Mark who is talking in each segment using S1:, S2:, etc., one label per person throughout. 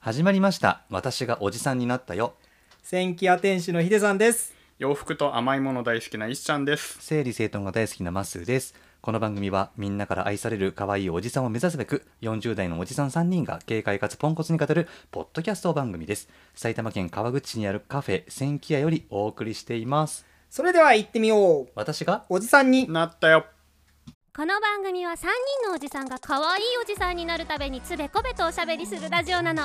S1: 始まりました私がおじさんになったよ
S2: 千キア天使のヒデさんです。
S3: 洋服と甘いもの大好きなイシちゃんです。
S1: 整理整頓が大好きなマッスーですこの番組はみんなから愛される可愛いおじさんを目指すべく40代のおじさん3人が軽快かつポンコツに語るポッドキャスト番組です埼玉県川口市にあるカフェ千キ屋よりお送りしています
S2: それでは行ってみよう。
S1: 私が
S2: おじさんに。
S3: なったよ。
S4: この番組は3人のおじさんが可愛いおじさんになるためにつべこべとおしゃべりするラジオなの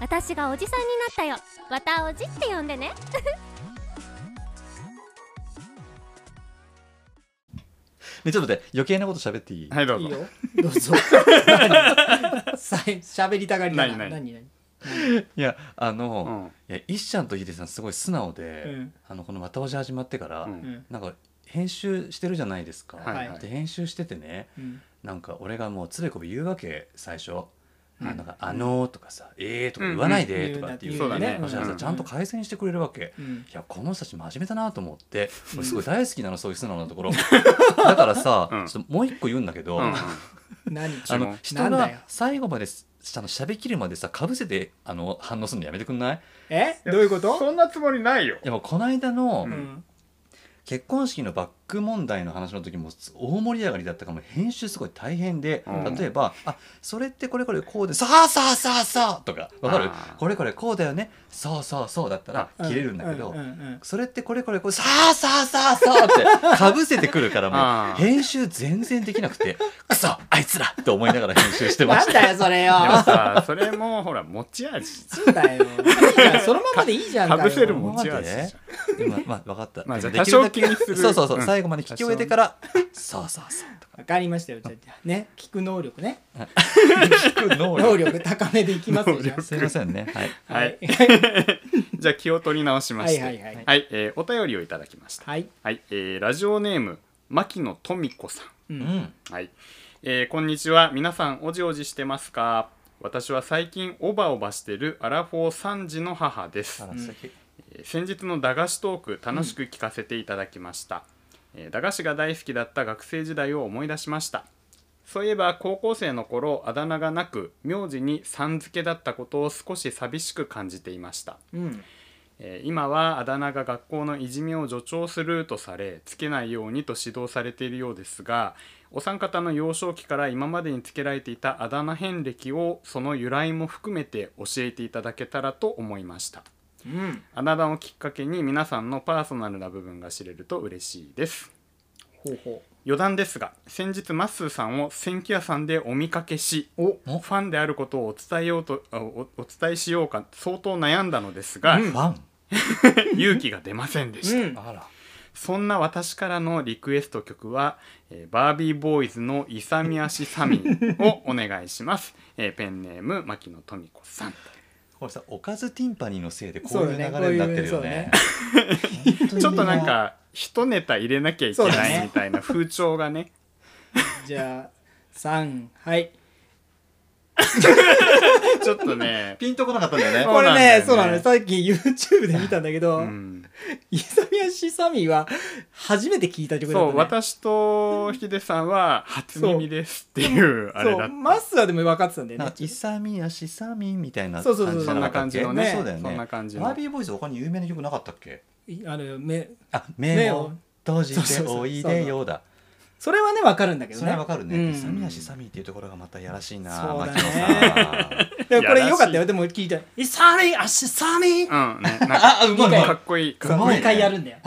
S4: 私がおじさんになったよわたおじって呼んでね
S1: ねちょっと待って余計なこと喋っていい、
S3: はい、どう
S2: いい
S3: ぞ。
S2: よ。どうぞ。さ喋りたがりだな。
S3: 何
S2: 何何
S3: 何
S1: いやあの、
S3: うん。
S1: いや石ちゃんとヒデさんすごい素直で、
S2: うん
S1: あのこの「またおじ」始まってから、
S3: うん
S2: うん
S1: なんか編集してるじゃないですか、
S3: はいはい
S1: で編集しててね
S2: うん。
S1: なんか俺がもうつべこべ言うわけ最初、
S2: うん
S1: あなんか「あのー」とかさ「えー」とか言わないでとかっていう
S3: そうだね
S1: そしたら
S3: う
S1: さ
S3: ん
S1: ちゃんと改善してくれるわけ。
S2: うん
S1: いやこの人たち真面目だなと思って俺すごい大好きなのそういう素直なところだからさ、
S3: うん
S1: ちょっともう一個言うんだけど、
S3: うん。
S1: あ
S2: 何
S3: 注
S1: の
S3: 文
S1: 人
S2: なんだよ
S1: が最後まであの喋りきるまでさかぶせてあの反応するのやめてくんない
S2: えどういうこ
S3: そ
S2: と
S3: んなつもりないよ。
S1: いやもうこの間の、
S3: う
S2: うん。
S1: 結婚式のバック問題の話の時も大盛り上がりだったからもう編集すごい大変で、
S3: うん
S1: 例えば「あそれってこれこれこうでさあさあさあさあ」とかわかる
S3: あー
S1: これこれこうだよねそうそうそうだったら
S2: う
S1: 切れるんだけど、
S2: うんうんうん
S1: それってこれこれこれさあさあさあさあって かぶせてくるからも
S3: あ
S1: う
S3: ー
S1: 編集全然できなくて「くそあいつら!」って思いながら編集してま
S2: な
S1: し
S2: ん
S1: た。
S2: だよ、それよ。
S3: でもさ、それもほら、持ち味。
S2: そうだよ。いいじゃんそのままでいいじゃん
S3: かぶせる
S1: 今
S3: もん
S1: ま
S3: 持
S1: で
S3: ち味じゃん。
S1: 今まあ分かった、
S3: まあじゃあ
S1: でもできるだけ
S3: 多少気にする
S1: そうそうそう、
S3: うん
S1: 最後まで聞き終えてから「そうそうそう」とか
S2: わかりましたよ。じゃあじゃあね、聞く能力ね。
S1: 聞く能力
S2: 能力高めでいきますよ。じゃあ
S1: すいません ね。はい。
S3: はい。 じゃあ気を取り直しまして。
S2: はいはいはい
S3: えーお便りをいただきました。
S2: はい。
S3: はい、えーラジオネーム、牧野富子さん。
S1: う
S2: う。
S1: んん。
S3: はい、えーこんにちは皆さんおじおじしてますか私は最近オバオバしてるアラフォー三児の母です
S1: あ、ら、素敵。
S3: えー先日の駄菓子トーク楽しく聞かせていただきました、えー駄菓子が大好きだった学生時代を思い出しましたそういえば高校生の頃あだ名がなく名字にさん付けだったことを少し寂しく感じていました
S2: うん。
S3: えー今はあだ名が学校のいじめを助長するとされつけないようにと指導されているようですがお三方の幼少期から今までにつけられていたあだ名遍歴をその由来も含めて教えていただけたらと思いました
S2: うん。
S3: あだ名をきっかけに皆さんのパーソナルな部分が知れると嬉しいです
S2: ほうほ
S3: 余談ですが先日マッスーさんを千家屋さんでお見かけし
S2: う。お
S3: ファンであることをお伝えようとあおお伝えしようか相当悩んだのですが、
S1: ファン。
S3: 勇気が出ませんでした、
S2: うん。
S1: あら。
S3: そんな私からのリクエスト曲は、えーバービーボーイズの「イサミアシサミン」 をお願いします、えーペンネーム牧野富子さん
S1: これさ、おかずティンパニーのせいで、こ
S2: そうう
S1: いう
S2: だね
S1: 流れになってるよね。
S3: ちょっとなんか一ネタ入れなきゃいけ
S2: そうだ
S3: ない
S2: ね
S3: みたいな風潮がね
S2: じゃあ、3、はい。
S3: ちょっとね
S1: ピンとこなかったんだよね。
S2: これね、そ
S3: そうう
S2: な
S3: な
S2: の
S3: んだよね
S2: よさっき YouTube で見たんだ けど、
S3: うん、
S2: イサミヤシサミは初めて聞いた曲だった、
S3: そ
S2: ね。
S3: う私とヒデさんは初耳ですっていうあれ
S2: そ
S3: だ
S2: う、
S3: っ
S2: マスはでも分かってたんだよ
S1: なん
S2: ね
S1: か。イサミやシサミみたいな
S2: そうそうそう
S1: じゃなかったっけ
S3: そんな感じのね
S1: そうだよね
S3: そんな感じの
S1: バービーボーイズ他に有名な曲なかったっけ
S2: あの目
S1: あ目を閉じておいでよだ
S2: それはね、分かるんだけどね。
S1: それはわかる
S2: う
S1: ね
S2: ん
S1: イサミやシサミっていうところがまたやらしいな
S2: そうだね
S1: 牧野さん
S2: でもこれ
S3: いやらしい
S2: よかったよ。でも聞いた。イサミヤシサミ
S3: たうんねなんか
S1: あうまいうまい
S3: かっこいいかっこいい
S2: 2回やるんだ よ。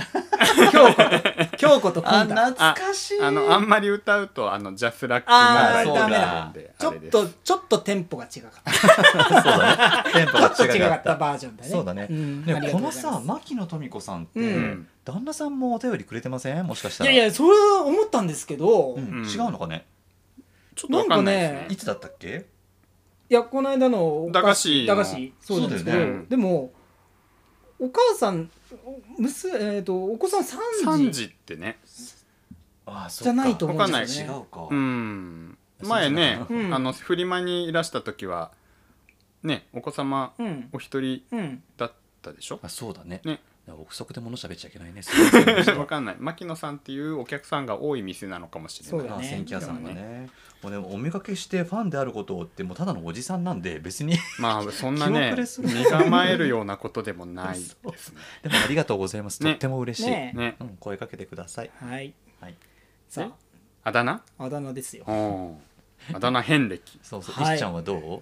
S2: 京子と、京子と
S1: あ
S2: コンタ。
S1: 懐かしい
S3: あのあんまり歌うとあのジャスラック
S2: あー
S3: 問題があるんで
S2: ちょ
S3: あ
S2: っ
S3: れです
S2: と、ちょっとテンポが違かった。ち
S1: そうだねテンポ
S2: ょっと
S1: が
S2: 違
S1: 違か
S2: か
S1: っ
S2: ったたバージョンだね。
S1: そうだね。
S2: ん
S1: ね
S2: ありがと
S1: こ
S2: うご
S1: の
S2: ざいます
S1: さ、牧野富子さんって、
S2: うん
S1: 旦那さんもお便りくれてません？もしかした
S2: い
S1: ら。
S2: やいや、それは思ったんですけど、
S1: うん
S3: うん
S1: 違うのかね。
S3: ちょっと
S2: な
S3: わ
S2: ん
S3: か
S2: か
S3: んないですね
S2: ね
S1: い、つだったっけ？
S2: いやこの間のお菓子
S3: 駄菓子
S2: 子そうなんですけど、
S1: そう
S3: だよね
S2: でもお母さんお娘えっ、とお子さん3
S3: 3
S2: 時
S3: 時ってね
S1: ああ、そっ
S2: じゃないと思うん
S3: わかんな
S2: で
S3: い
S2: す
S3: し
S2: よ
S1: 違
S2: ね
S1: うか。
S3: うん前ね、
S2: うん
S3: あのフリマにいらした時はねお子様
S2: うん
S3: お一人
S2: うん
S3: だったでしょ、
S1: あ、そうだね。
S3: ね
S1: なんか憶測で物喋っちゃいけないね。
S3: わかんない牧野さんっていうお客さんが多い店なのかもしれ
S2: そう
S3: ない
S2: だ
S1: まあ、
S2: ね
S1: 千家さんがね、もうね、お見かけしてファンであることをって、もうただのおじさんなんで、別に。
S3: まあそんなね
S1: 気まぐれする
S3: 身構えるようなことでもないですね
S1: でも、ありがとうございます。と
S3: ね
S1: っても嬉しい。
S2: ね
S3: ね
S1: うん、声かけてください。
S2: はい
S1: はい。
S2: さ
S3: あだ名
S2: ああだ名ですよ
S3: うんあだ名遍歴
S1: そうそう、
S2: はい
S1: 石ちゃんはどう。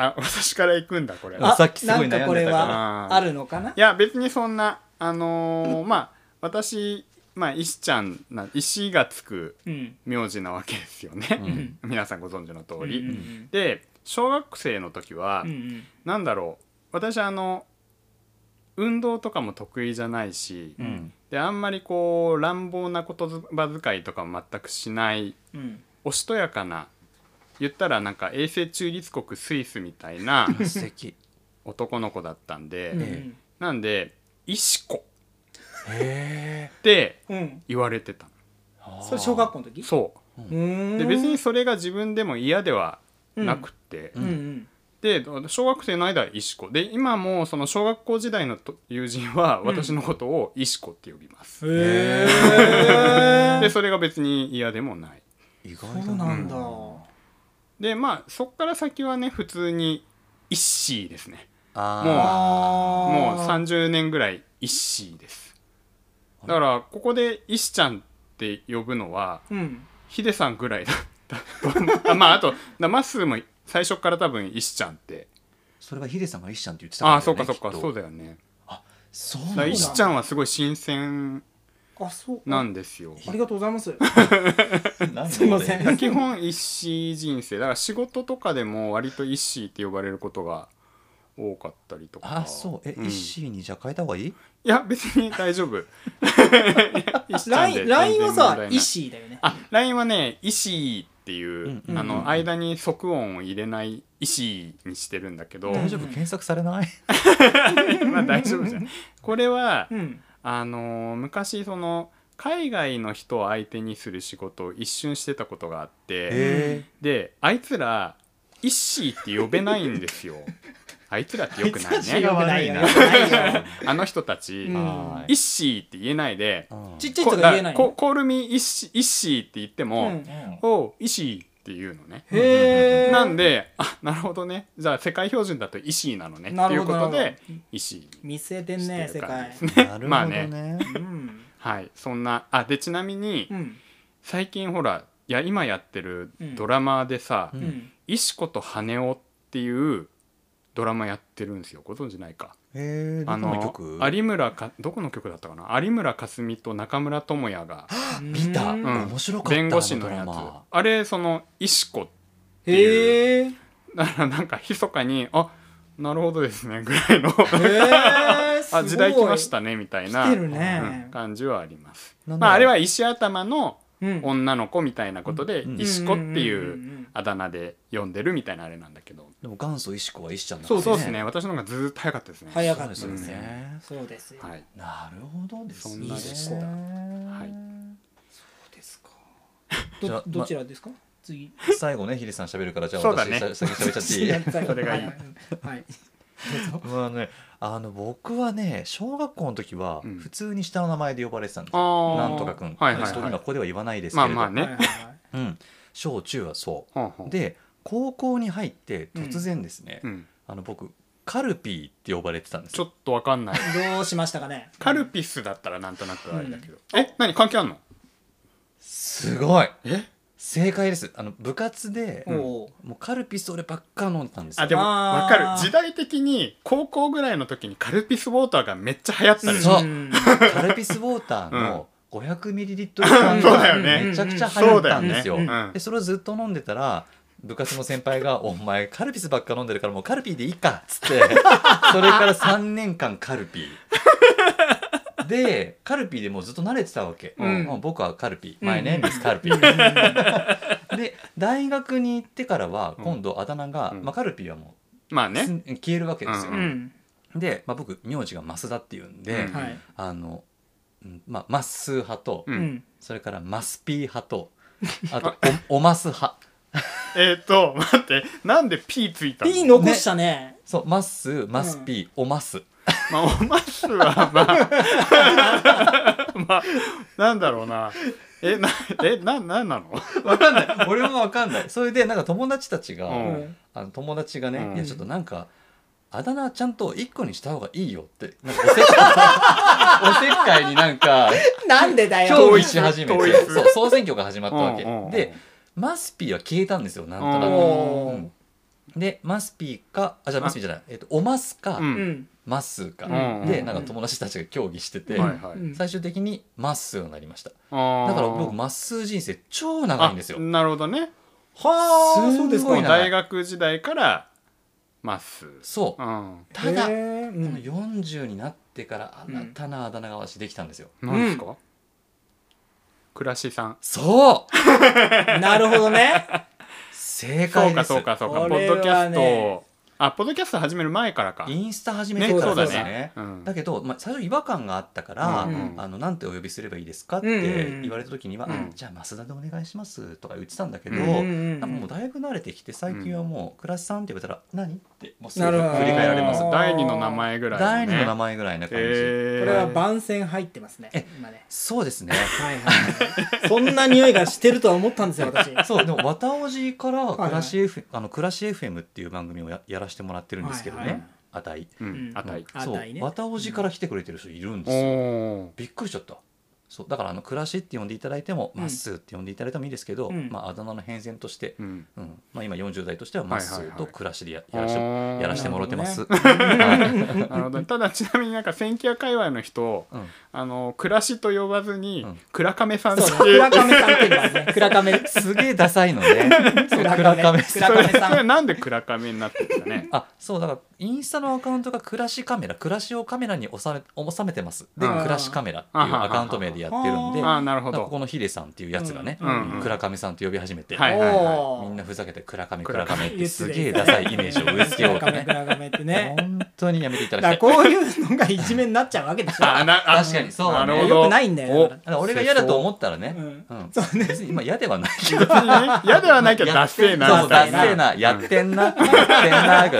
S3: あ私から行くんだこれ
S1: あ
S3: は
S1: さっきすごい悩んでたから
S2: なんかこれ
S3: あー
S2: はあるのかない
S3: や別にそんなあのーまあ私まあ石ちゃんな石がつく
S2: うん
S3: 名字なわけですよね、
S1: ん
S3: 皆さんご存知の通
S2: うん
S3: り、
S2: うん
S3: で小学生の時は、
S2: うんうん
S3: なんだろう私あの運動とかも得意じゃないし、
S1: ん
S3: であんまりこう乱暴な言葉遣いとかも全くしない
S2: うん
S3: おしとやかな言ったらなんか永世中立国スイスみた いな
S1: 素敵。
S3: 男の子だったんで、
S2: うん
S1: え
S3: なんで「石子」
S1: へえ。
S3: って
S2: うん
S3: 言われてたの
S2: それ小学
S1: 校。
S2: 校の時
S3: そう
S2: ー
S3: うんで別にそれが自分でも嫌ではなくって、
S2: うんうん
S3: で小学生の間は石子で今もその小学校時代のと友人は私のことを石子って呼びます、
S2: へ
S3: で
S2: え
S3: それが別に嫌でもない
S1: 意
S2: そ
S1: 外だ
S2: うなんだ
S3: でまあそっから先はね普通にイッシーですね
S1: あ
S2: あー
S3: もう30年ぐらいイッシーですだからここでイシちゃんって呼ぶのは
S2: うん
S3: ヒデさんぐらいだったと思うあまああとだまっすーも最初から多分イシちゃんって
S1: あ。それはヒデさんが石ちゃんって言ってた
S3: ああ
S1: らだ
S3: そ
S1: よ
S3: う
S1: ね
S3: かそうか
S1: きっと
S3: そうだよね
S1: そう
S3: だ
S1: なん
S3: か
S1: だ
S3: ら
S2: い
S3: イシちゃんはすごい新鮮
S2: あそう
S3: なんですよ
S2: ありがとうございます
S1: なんで
S2: いません
S3: 基本一子人生だから仕事とかでも割と一子って呼ばれることが多かったりとか
S1: あそうえ、
S3: ん
S1: イッシーにじゃあ変えた方がいい
S3: いや別に大丈夫一子ちゃんで
S2: LINE LINE は
S3: 全然問題な
S2: さ
S3: い
S2: イシーだよね
S3: あ LINE はね一子っていう、
S1: うん
S2: う
S3: あ
S2: んうんう
S3: の
S2: ん
S3: 間に即音を入れない一子にしてるんだけど、
S2: うん
S1: 大丈夫検索されない
S3: まあ大丈夫じゃんこれは、
S2: うん
S3: あのー昔その海外の人を相手にする仕事を一瞬してたことがあって、
S1: へ
S3: であいつらイッシーって呼べないんですよあいつらってよくな
S1: あ
S3: い
S1: いつら
S3: ね
S1: よ
S2: よくないよ
S1: ね
S2: よくないよ
S3: あの人たち、
S2: うん
S1: は
S3: イッシーって言えないで
S1: うん
S2: ちっちゃい人が言えない
S3: こ
S2: の
S3: コールミイッシーイッシーって言って
S2: う
S3: も、
S2: ん
S1: うん
S3: おうイッシーって言うのね
S2: へえ
S3: なんであなるほどねじゃあ世界標準だとイッシーなのね
S2: な
S3: ってい
S2: る
S3: う
S2: ほ
S3: こ
S2: ど
S3: とでイッシー
S2: 見せてんね世界
S1: なるほどね
S3: まあね
S2: うん
S3: はいそんなあでちなみに、
S2: うん
S3: 最近ほらいや今やってる
S2: うん
S3: ドラマでさ「
S1: うん
S2: うん
S3: 石子と羽男」っていうドラマやってるんですよご存知ないか
S1: えー、どこの曲
S3: 有村かどこの曲だったかな有村架純と中村倫也が
S1: 見た、
S2: うん
S3: ん
S1: 面白かった
S3: 弁護士の
S1: あ
S3: や
S1: ドラ
S3: つ
S1: マ
S3: あれその石子
S2: へえ
S3: だからなんか密かに「あなるほどですね」ぐらいの
S2: へえ
S3: 「あ時代来ましたね」みたいな
S2: 来てるね
S3: うん感じはあります。
S1: なんだ
S3: まあ、あれは石頭の
S2: うん
S3: 女の子みたいなことで
S1: うん
S3: 石子って
S2: うんう
S3: い
S2: んうんうんう
S3: うんあだ名で呼んでるみたいなあれなんだけど
S1: でも元祖石子は石ちゃんだ
S3: そうそうです
S1: ね
S3: ね。私の方がずーっと早かったですね。
S2: 早かった
S1: そ
S2: で
S1: うですす
S2: よ
S1: よ
S2: ね
S1: ね
S2: そうですよ
S3: はい。
S1: なるほどですね
S3: そんなでしたはい
S2: そうですか
S1: じゃあま
S2: どどちらですか次
S1: 最後ねヒデさん喋るからじゃあ
S3: そう
S1: 私
S3: だね
S1: さ先喋っちゃってい い
S2: そ
S3: れがいい
S2: はい
S1: まあね、あの僕はね小学校の時は
S3: うん
S1: 普通に下の名前で呼ばれてたんです
S3: あ
S1: よ、
S3: ー
S1: なんとか君、
S3: はいはい
S1: ちょっと
S3: は
S1: 今
S3: い
S1: こ。こでは言わないですけ
S3: ま
S1: れ
S3: あ
S1: ど、
S3: まあ
S2: はいはい
S3: ね。
S2: はい
S1: うん、小中はそ
S3: ほんほ。
S1: うんで高校に入って突然ですね、
S3: うん。
S1: あの僕カルピーって呼ばれてたんです
S3: ちょ
S1: よ
S3: っとわかんない。
S2: どうしましたかね
S3: カルピスだったらなんとなくあれだけど。え、何関係あんの？
S1: すごい
S3: え？
S1: 正解ですあの部活で、
S2: おお
S1: もうカルピス俺ばっか飲んでたんですよ
S3: あでも
S2: あー
S3: わかる。時代的に高校ぐらいの時にカルピスウォーターがめっちゃ流行ったでしょ。
S1: そうんカルピスウォーターの500ミリリットル缶
S3: そうだ
S1: が
S3: よね
S1: めちゃくちゃ流行ったんですよ
S2: そう
S3: だよね。
S1: でそれをずっと飲んでたら部活の先輩が「お 前カルピスばっか飲んでるからもうカルピーでいいか」っつ ってそれから3年間カルピーでカルピーでもうずっと慣れてたわけ、
S2: うん
S1: もう僕はカルピー
S2: うん
S1: 前ねミスカルピ
S2: う
S1: ー
S2: ん
S1: で大学に行ってからは
S3: うん
S1: 今度あだ名が、
S3: うん
S1: まあ、カルピーはも
S3: まあ
S1: う、
S3: ね。
S1: す消えるわけですよ、
S3: う
S2: うん
S1: で、まあ、僕名字が増田っていうんで、
S3: うん
S2: はい
S1: あの、うんまあ、マッスー派と、
S3: う。
S2: うんん
S1: それからマスピー派とあとおおます派
S3: えっと待って、なんで P ついたの？
S2: P 残したね
S1: そうマッスーマスピー、おます
S3: まあおますはまあまあなんだろうなえなえななんなの
S1: わかんない 俺もわかんないそれでなんか友達たちが、
S3: うん
S1: あの友達がね、
S3: うん
S1: いやちょっとなんかあだ名ちゃんと一個にした方がいいよってなん かおせっかいおせっかいになんか
S2: なんでだよ
S1: 憑依し始め
S3: 統
S1: て
S3: 一
S1: そう総選挙が始まったわけ、
S3: うんうんうん
S1: でマスピーは消えたんですよなんとな
S3: う
S1: く、
S2: お
S3: ん
S2: ー
S1: でマスピーかあじゃあマスピーじゃない、えっとおますか、
S3: うん
S2: うん
S1: マッスーか、
S3: うん
S1: でなんか友達たちが協議してて、
S3: はいはい
S2: うん
S1: 最終的にマッスーになりました
S3: だ
S1: だから僕マッスー人生超長いんですよ
S3: なるほどね
S2: は
S1: す
S2: あ
S1: んごい
S2: そうです
S1: ご
S2: か
S1: いな
S3: 大学時代からまっすー
S1: そう
S3: うん
S1: ただ
S2: へーう
S1: この
S2: ん
S1: 40になってから新たなあだ名が私できたんですよ、
S3: なんですか倉しさん
S1: そう
S2: なるほどね
S1: 正
S3: そう
S1: 解で
S3: か
S1: す
S3: そうかそうかポ
S2: こ
S3: ッ
S2: れはね
S3: ドキャストをあポッドキャスト始める前からか
S1: インスタ始め
S3: ね
S1: てか
S3: そ
S1: ら
S3: う
S1: で
S3: だ
S1: すね
S3: ねうん
S1: だけど、まあ、最初違和感があったから、
S3: うん
S1: あのなんてお呼びすればいいですかっ
S2: うんうん
S1: て
S2: うん
S1: 言われた時には、
S3: うん
S1: あじゃあ増田でお願いしますとか言ってたんだけど、
S3: うん
S2: うんうん
S1: なんかもうだいぶ慣れてきて最近はもう「クラスさん」って言われたら「何?」ってもうすぐ
S2: なるほど
S1: 振り返られます
S2: あー
S3: 第二の名前ぐらい
S1: 第二の名
S3: 前
S1: 前ぐらいな感じ、
S2: これは番宣入ってますね
S1: え
S2: 今ね
S1: そうですね
S2: はいはいそんな匂いがしてるとは思ったんですよ私
S1: そうでも綿おじから
S2: はい
S1: 暮らし F、あの暮らし FM っていう番組をややらせてもらってるんですけどね、
S2: はいはい
S1: あたい、
S3: うんあたい
S2: あ
S1: そ
S2: たいうね
S1: 綿おじから来てくれてる人いるんです
S3: お
S1: よ、
S3: お
S1: びっくりしちゃったそうだからあの「暮らし」って呼んでいただいても「
S2: うん
S1: まっすー」って呼んでいただいてもいいですけど、
S2: うん
S1: まあ、あだ名の変遷として、
S3: ーうん
S1: うんまあ、今40代としては「まっすー」と「暮らし」でや,、
S3: あ
S1: やら
S3: ー
S1: しやらしてもらってます、
S3: なるほどねただちなみになんか千キャ界隈の人
S1: うん
S3: あの暮らしと呼ばずに
S1: うん
S3: 倉亀さんって
S2: そうね
S3: いう
S2: 倉亀さんっていうのはね倉亀
S1: すげえダサいのねそう
S2: 倉
S1: 倉
S2: 亀
S1: 亀さん
S2: 倉亀さん
S3: それなんで倉亀になってるんだね
S1: あそうだからインスタのアカウントが「暮らしカメラ」「暮らしをカメラに収め収めてます」で「
S3: あ
S2: ー
S1: 暮らしカメラ」っていうアカウント名でやってるんで
S2: あー
S3: ああなる
S1: な
S3: ほ
S1: んかこ
S3: ど
S1: このヒデさんっていうやつがね「
S2: うん
S3: うん
S1: 倉亀さん」って呼び始めて、
S3: はいはいは
S2: お
S1: み
S2: ー
S1: んなふざけて「倉亀
S3: 倉
S1: 倉
S3: 亀
S1: 亀」ってすげえダサいイメージを植え付けようと
S2: 倉
S1: ね
S2: 亀倉亀ってね
S1: 本当にやめていた
S2: だ
S1: だ
S2: か
S1: きた
S2: ら
S1: い。
S2: こういうのがいじめになっちゃうわけでし
S3: いあ
S2: ょ
S3: なあ
S1: 確かにそうだ
S3: な
S1: ね
S3: るほ
S2: よ
S3: ど
S2: くないんだよだか
S1: だから俺が嫌だと思ったらね、
S2: う
S1: うんん
S2: そうね
S1: 別に今嫌ではないけ
S3: 別
S1: ど、
S3: にね嫌ではないけど
S1: や
S3: ダッセー な
S1: そ
S3: み
S1: う、だ
S3: たい
S1: っ
S3: な
S1: せえな、やってんな、やってんなぐらい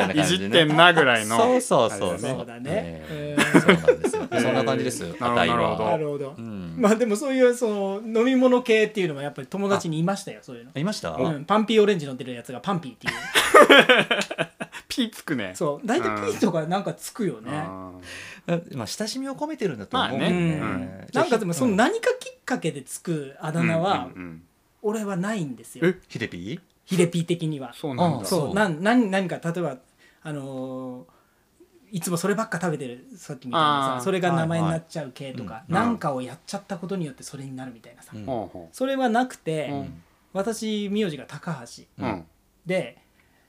S1: な感
S3: いじ
S1: じ
S3: っ
S1: で
S3: て
S1: ね。
S3: んなぐらいの
S1: そうそうそう
S2: そうだね
S1: ええそうなんですよ。そんな感じです
S3: な。るほど
S1: あたい
S3: なるほ
S2: な
S1: は。
S2: るほど
S1: うん。
S2: まあでもそういうその飲み物系っていうのはやっぱり友達にいましたよそういうの
S1: いました。
S2: うん、パンピーオレンジ乗ってるやつがパンピーって いう
S3: ピーつくね
S2: そう大体ピーとかなんかつくよね
S3: うん
S1: まあ、親しみを込めてるんだと思う。
S3: まあね
S1: うん
S3: うん
S2: なんかでもその
S1: うん
S2: 何かきっかけでつくあだ名は
S3: うんうんうん
S2: 俺はないんです
S3: え
S2: よ
S1: ヒデピ
S2: ヒデピー的には
S3: そうなん
S1: あ
S3: だ
S1: そう
S2: そうなんなん何か例えばあのーいつもそればっか食べてるさっきみたいな
S3: あ
S2: さ
S3: ー
S2: それが名前になっちゃう系とか
S3: うん
S2: 何、なんかをやっちゃったことによってそれになるみたいなさ、
S1: ー。
S3: ほうほ
S2: それはなくて、
S3: うん
S2: 私名字が高橋
S3: ううん
S2: で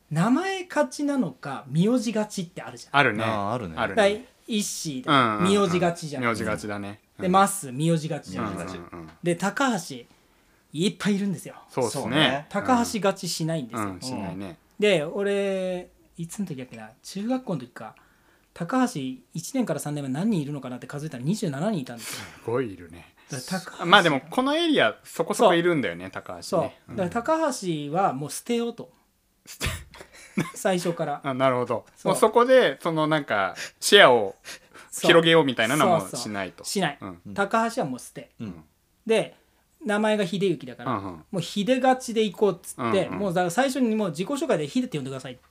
S2: 名前勝ちなのか名字勝ちってあるじゃん
S3: あるね
S1: あーあるね
S3: ある
S2: だ
S3: ね
S2: い一子
S3: うんうんうん
S2: 名字勝ちじゃん
S3: 名字勝ちだね
S2: で
S3: うん
S2: まっすー名字勝ちじ
S3: う
S2: ゃ
S3: ん
S2: ん、
S3: うんうん
S1: 勝ち
S2: で高橋いっぱいいるんですよ
S3: そうです
S1: そう
S3: ね
S1: ね
S2: 高橋勝ちしないんです
S3: う
S2: よ、
S3: んうんしないね
S2: で俺いつの時だっけな中学校の時か高橋1年から3年目何人いるのかなって数えたら27人いたんですよ
S3: すごいいるね
S2: だから高橋
S3: まあでもこのエリアそこそこいるんだよね高橋
S2: そう、
S3: ねうん
S2: だから高橋はもう捨てようと
S3: 捨て
S2: 最初から
S3: あなるほど
S2: そう
S3: もうそこでそのなんかシェアを
S2: そう
S3: 広げようみたいなのはも
S2: そう
S3: う
S2: そう
S3: しないと
S2: しない、
S3: うん
S2: 高橋はもう捨て
S1: うん。
S2: で名前が秀幸だから、
S3: うんうん
S2: もう秀勝ちで行こうっつって、
S3: うんうん
S2: もうだから最初にもう自己紹介で秀って呼んでくださいって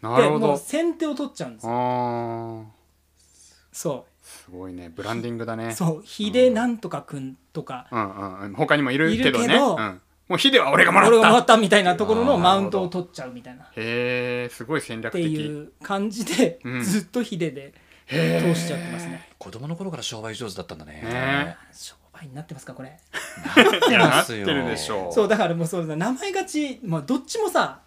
S3: なるほ
S2: もう
S3: ど
S2: 先手を取っちゃうんです
S3: あ
S2: よ
S3: ー
S2: そ
S3: すごいねブランディングだ
S2: う
S3: ね
S2: そう秀なんとかくんとか、
S3: うんうんうん他にもいるけど
S2: いる
S3: ね
S2: けど
S3: うんもうヒデは俺がもらっ
S2: 俺がもら
S3: た
S2: ったみたいなところ
S1: あ
S2: の
S1: ー
S2: マウントを取っちゃうみたいな
S3: へえすごい戦
S2: っ
S3: 略
S2: てい
S3: 的
S2: う感じで、
S3: うん
S2: ずっとヒデで通しちゃってますね。
S1: 子供の頃から商売上手だったんだね
S3: ね。
S2: 商売になってますかこれ
S3: いやな
S1: ま
S3: って
S1: すよ
S3: るでしょ
S2: そうだからもうそうだ名前がち、まあ、どっちもさ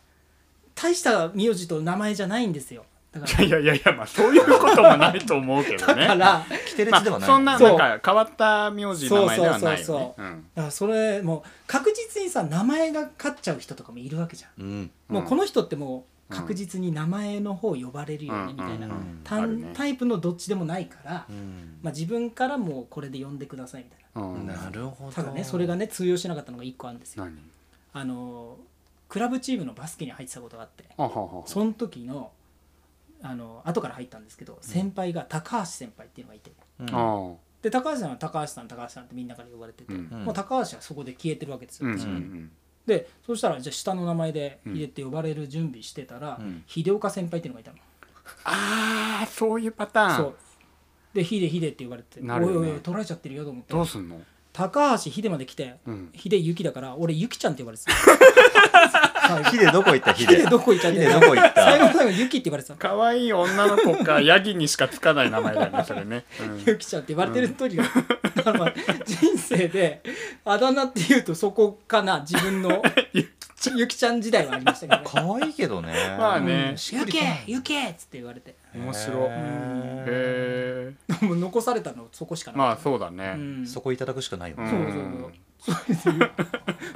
S2: 大した名字と名前じゃないんですよだか
S3: いやいやいやまあそういうこともないと思うけど
S2: ら
S3: ね
S2: だからだ
S1: キテレ
S3: ま
S1: ツでは
S3: あ、
S1: ない。
S3: そんな
S2: そう
S3: なんか変わった名字名前ではない
S2: そうそうそ
S3: よ
S2: う
S3: ねうん
S2: からそれもう確実にさ名前が勝っちゃう人とかもいるわけじゃん、
S1: うん。
S2: もうこの人ってもう確実に名前の方呼ばれるよねみたいな、
S3: うん
S1: うんうん
S2: 単
S3: あるね
S2: タイプのどっちでもないから、
S1: うん。
S2: まあ、自分からもうこれで呼んでくださいみたいな
S3: うん
S1: なるほど。
S2: ただねそれがね通用しなかったのが1個あるんですよ
S3: 何
S2: あのクラブチームのバスケに入ってたことがあって
S3: あはは
S2: その時のあの後から入ったんですけど先輩が高橋先輩っていうのがいて
S1: うん
S3: あー
S2: で高橋さんは高橋さん高橋さんってみんなから呼ばれてて、
S3: うん
S1: うん
S2: もう高橋はそこで消えてるわけですよ、
S3: うんうんう
S2: 私は
S3: ん
S2: でそしたらじゃあ下の名前で入れて呼ばれる準備してたら、
S1: うん
S2: 秀岡先輩っていうのがいたの、
S3: あーそういうパター
S2: そ
S3: ン
S2: うで秀秀って呼ばれて、
S3: なる
S2: お
S3: よ
S2: い
S3: ね
S2: おいおい取られちゃってるよと思って
S3: どうすんの
S2: 高橋秀まで来て、
S3: うん
S2: 秀雪だから俺雪ちゃんって呼ばれてた最後
S1: ヒデどこ行ったヒデ
S2: 秀 どこ行っちゃっ
S1: ヒ
S2: て
S1: デどこ行っ
S2: 最後
S1: た
S2: の最後雪って呼ばれてた
S3: 可愛い女の子かヤギにしかつかない名前だよねそれね、うん
S2: ゆきちゃんって言われてる通りの、だから人生であだ名っていうとそこかな自分の ゆきちゃん時代はありましたけどね
S1: 可愛いけどね
S3: まあね
S2: うん
S1: しっ
S2: ゆ
S1: くり
S2: け
S1: こない
S2: ゆけっつって言われて
S3: 面白い
S1: へ
S3: へ
S1: え
S3: え
S2: もう残されたのそこしかない
S3: まあそうだ
S2: う
S3: ね、
S2: ん、
S1: そ
S2: そ
S1: こいただくしかないよ
S3: うん
S1: ね
S2: うそうそうそれで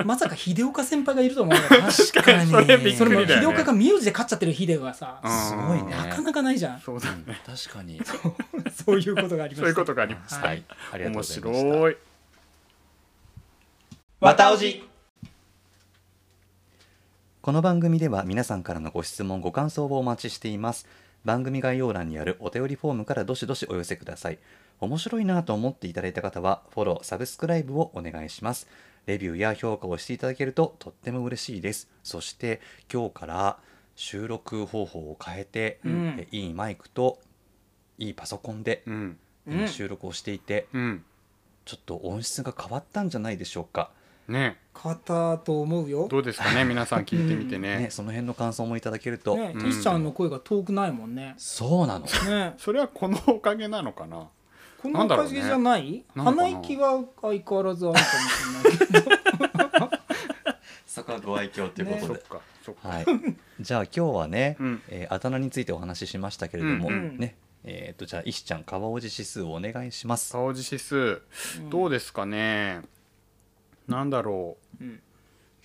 S2: まさか秀岡先輩がいるとは思わなかった
S1: 確かに
S3: それびっ
S2: そ
S3: く
S2: れも
S3: りだよね
S2: 秀岡が名字で勝っちゃってる秀がさ、
S3: うん
S1: すごいね
S2: なかなかないじゃん
S3: そうだね
S1: 確かに
S2: そういうことがありました
S3: そういうことがありました、
S1: はいありがとうござ
S3: 面
S1: いました
S3: 白い
S1: わたおじこの番組では皆さんからのご質問ご感想をお待ちしています番組概要欄にあるお便りフォームからどしどしお寄せください面白いなと思っていただいた方はフォローサブスクライブをお願いしますレビューや評価をしていただけるととっても嬉しいですそして今日から収録方法を変えて、
S2: うん
S1: えいいマイクといいパソコンで
S3: うん
S2: うん
S1: 今収録をしていて、
S3: うん
S1: ちょっと音質が変わったんじゃないでしょうか
S3: ね
S2: 変わったと思うよ
S3: どうですかね皆さん聞いてみてね,、
S1: ね、その辺の感想もいただけると、
S2: ね
S3: うん
S2: 岸ちゃんの声が遠くないもんね
S1: そうなの
S2: ね
S3: それはこのおかげなのかな
S2: このおかげじゃない
S3: なんだろうね
S2: 鼻息は相変わらずあるかもしれないけど
S1: そこはご愛嬌ということ
S3: そ
S1: で、
S3: っかそっか、
S1: はい、じゃあ今日はね、
S3: うん
S1: えーあだ名についてお話ししましたけれども、
S3: うん
S2: うん
S1: ねえー、とじゃあ石ちゃん川おじ指数をお願いします
S3: 顔字指数どうですかね、なんだろう
S2: うん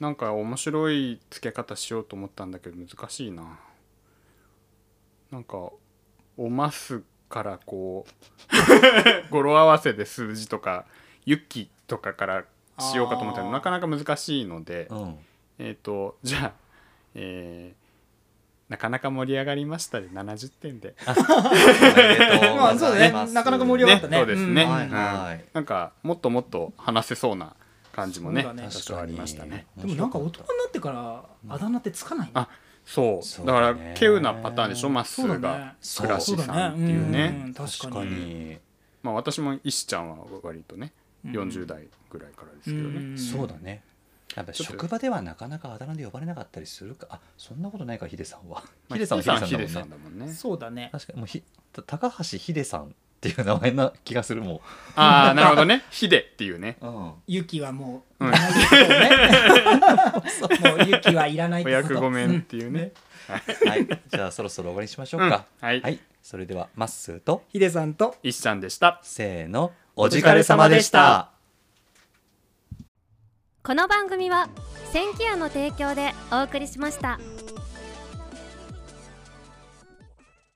S3: なんか面白い付け方しようと思ったんだけど難しいななんかおますからこ う語呂合わせで数字とかユッキとかからしようかと思ったけ
S2: あ
S3: ど
S2: ー
S3: なかなか難しいので、
S1: うん
S3: えっ、とじゃあえーなかなか盛り上がりましたで70点で
S1: おめでとう
S2: まあ
S1: ご
S2: そう
S1: ざ
S2: だ
S1: いま
S2: ね
S1: す
S2: なかなか盛り上がったね
S3: そうですね、
S2: うん
S1: はいはい
S3: なんかもっともっと話せそうな感じもね
S2: そうだね
S3: 多少ありましたね
S2: でもなんか大人になってからあだ名ってつかないね
S3: あそう
S1: そう
S3: だ
S1: だね
S3: から稀有なパターンでしょまっす
S2: そうだ
S3: ー
S2: ね
S3: が倉
S1: そ
S3: し
S1: う
S3: さんっていうね
S2: んん確か
S1: 確
S2: に
S1: かに、
S3: まあ私も石ちゃんは割とね
S2: うん
S3: 40代ぐらいからですけどね、
S2: ん
S1: そうだねやっぱ
S3: ちょっと
S1: 職場ではなかなかあだ名で呼ばれなかったりするかあそんなことないかヒデさんは
S3: まあ
S1: ヒデさんはヒデさんだもん
S3: ヒデ
S1: ね
S3: さんだもんね
S2: そうだね
S1: 確かにもうひ高橋ヒデさんっていう名前な気がするも
S3: ああなるほどねヒデっていうね
S1: う、うん、
S2: ゆきはもうい
S3: うん
S2: らないってことね もうゆきはいらないっ
S3: お
S2: てこと
S3: 役御免っていうね、
S1: はい、じゃあそろそろ終わりにしましょう
S3: うん
S1: か。
S3: はい
S1: はい、それではまっすーと
S2: ヒデさんと
S3: 石ちゃんでした
S1: せーのお
S3: 疲れ様でした。
S4: この番組は「千キヤの提供でお送りしました。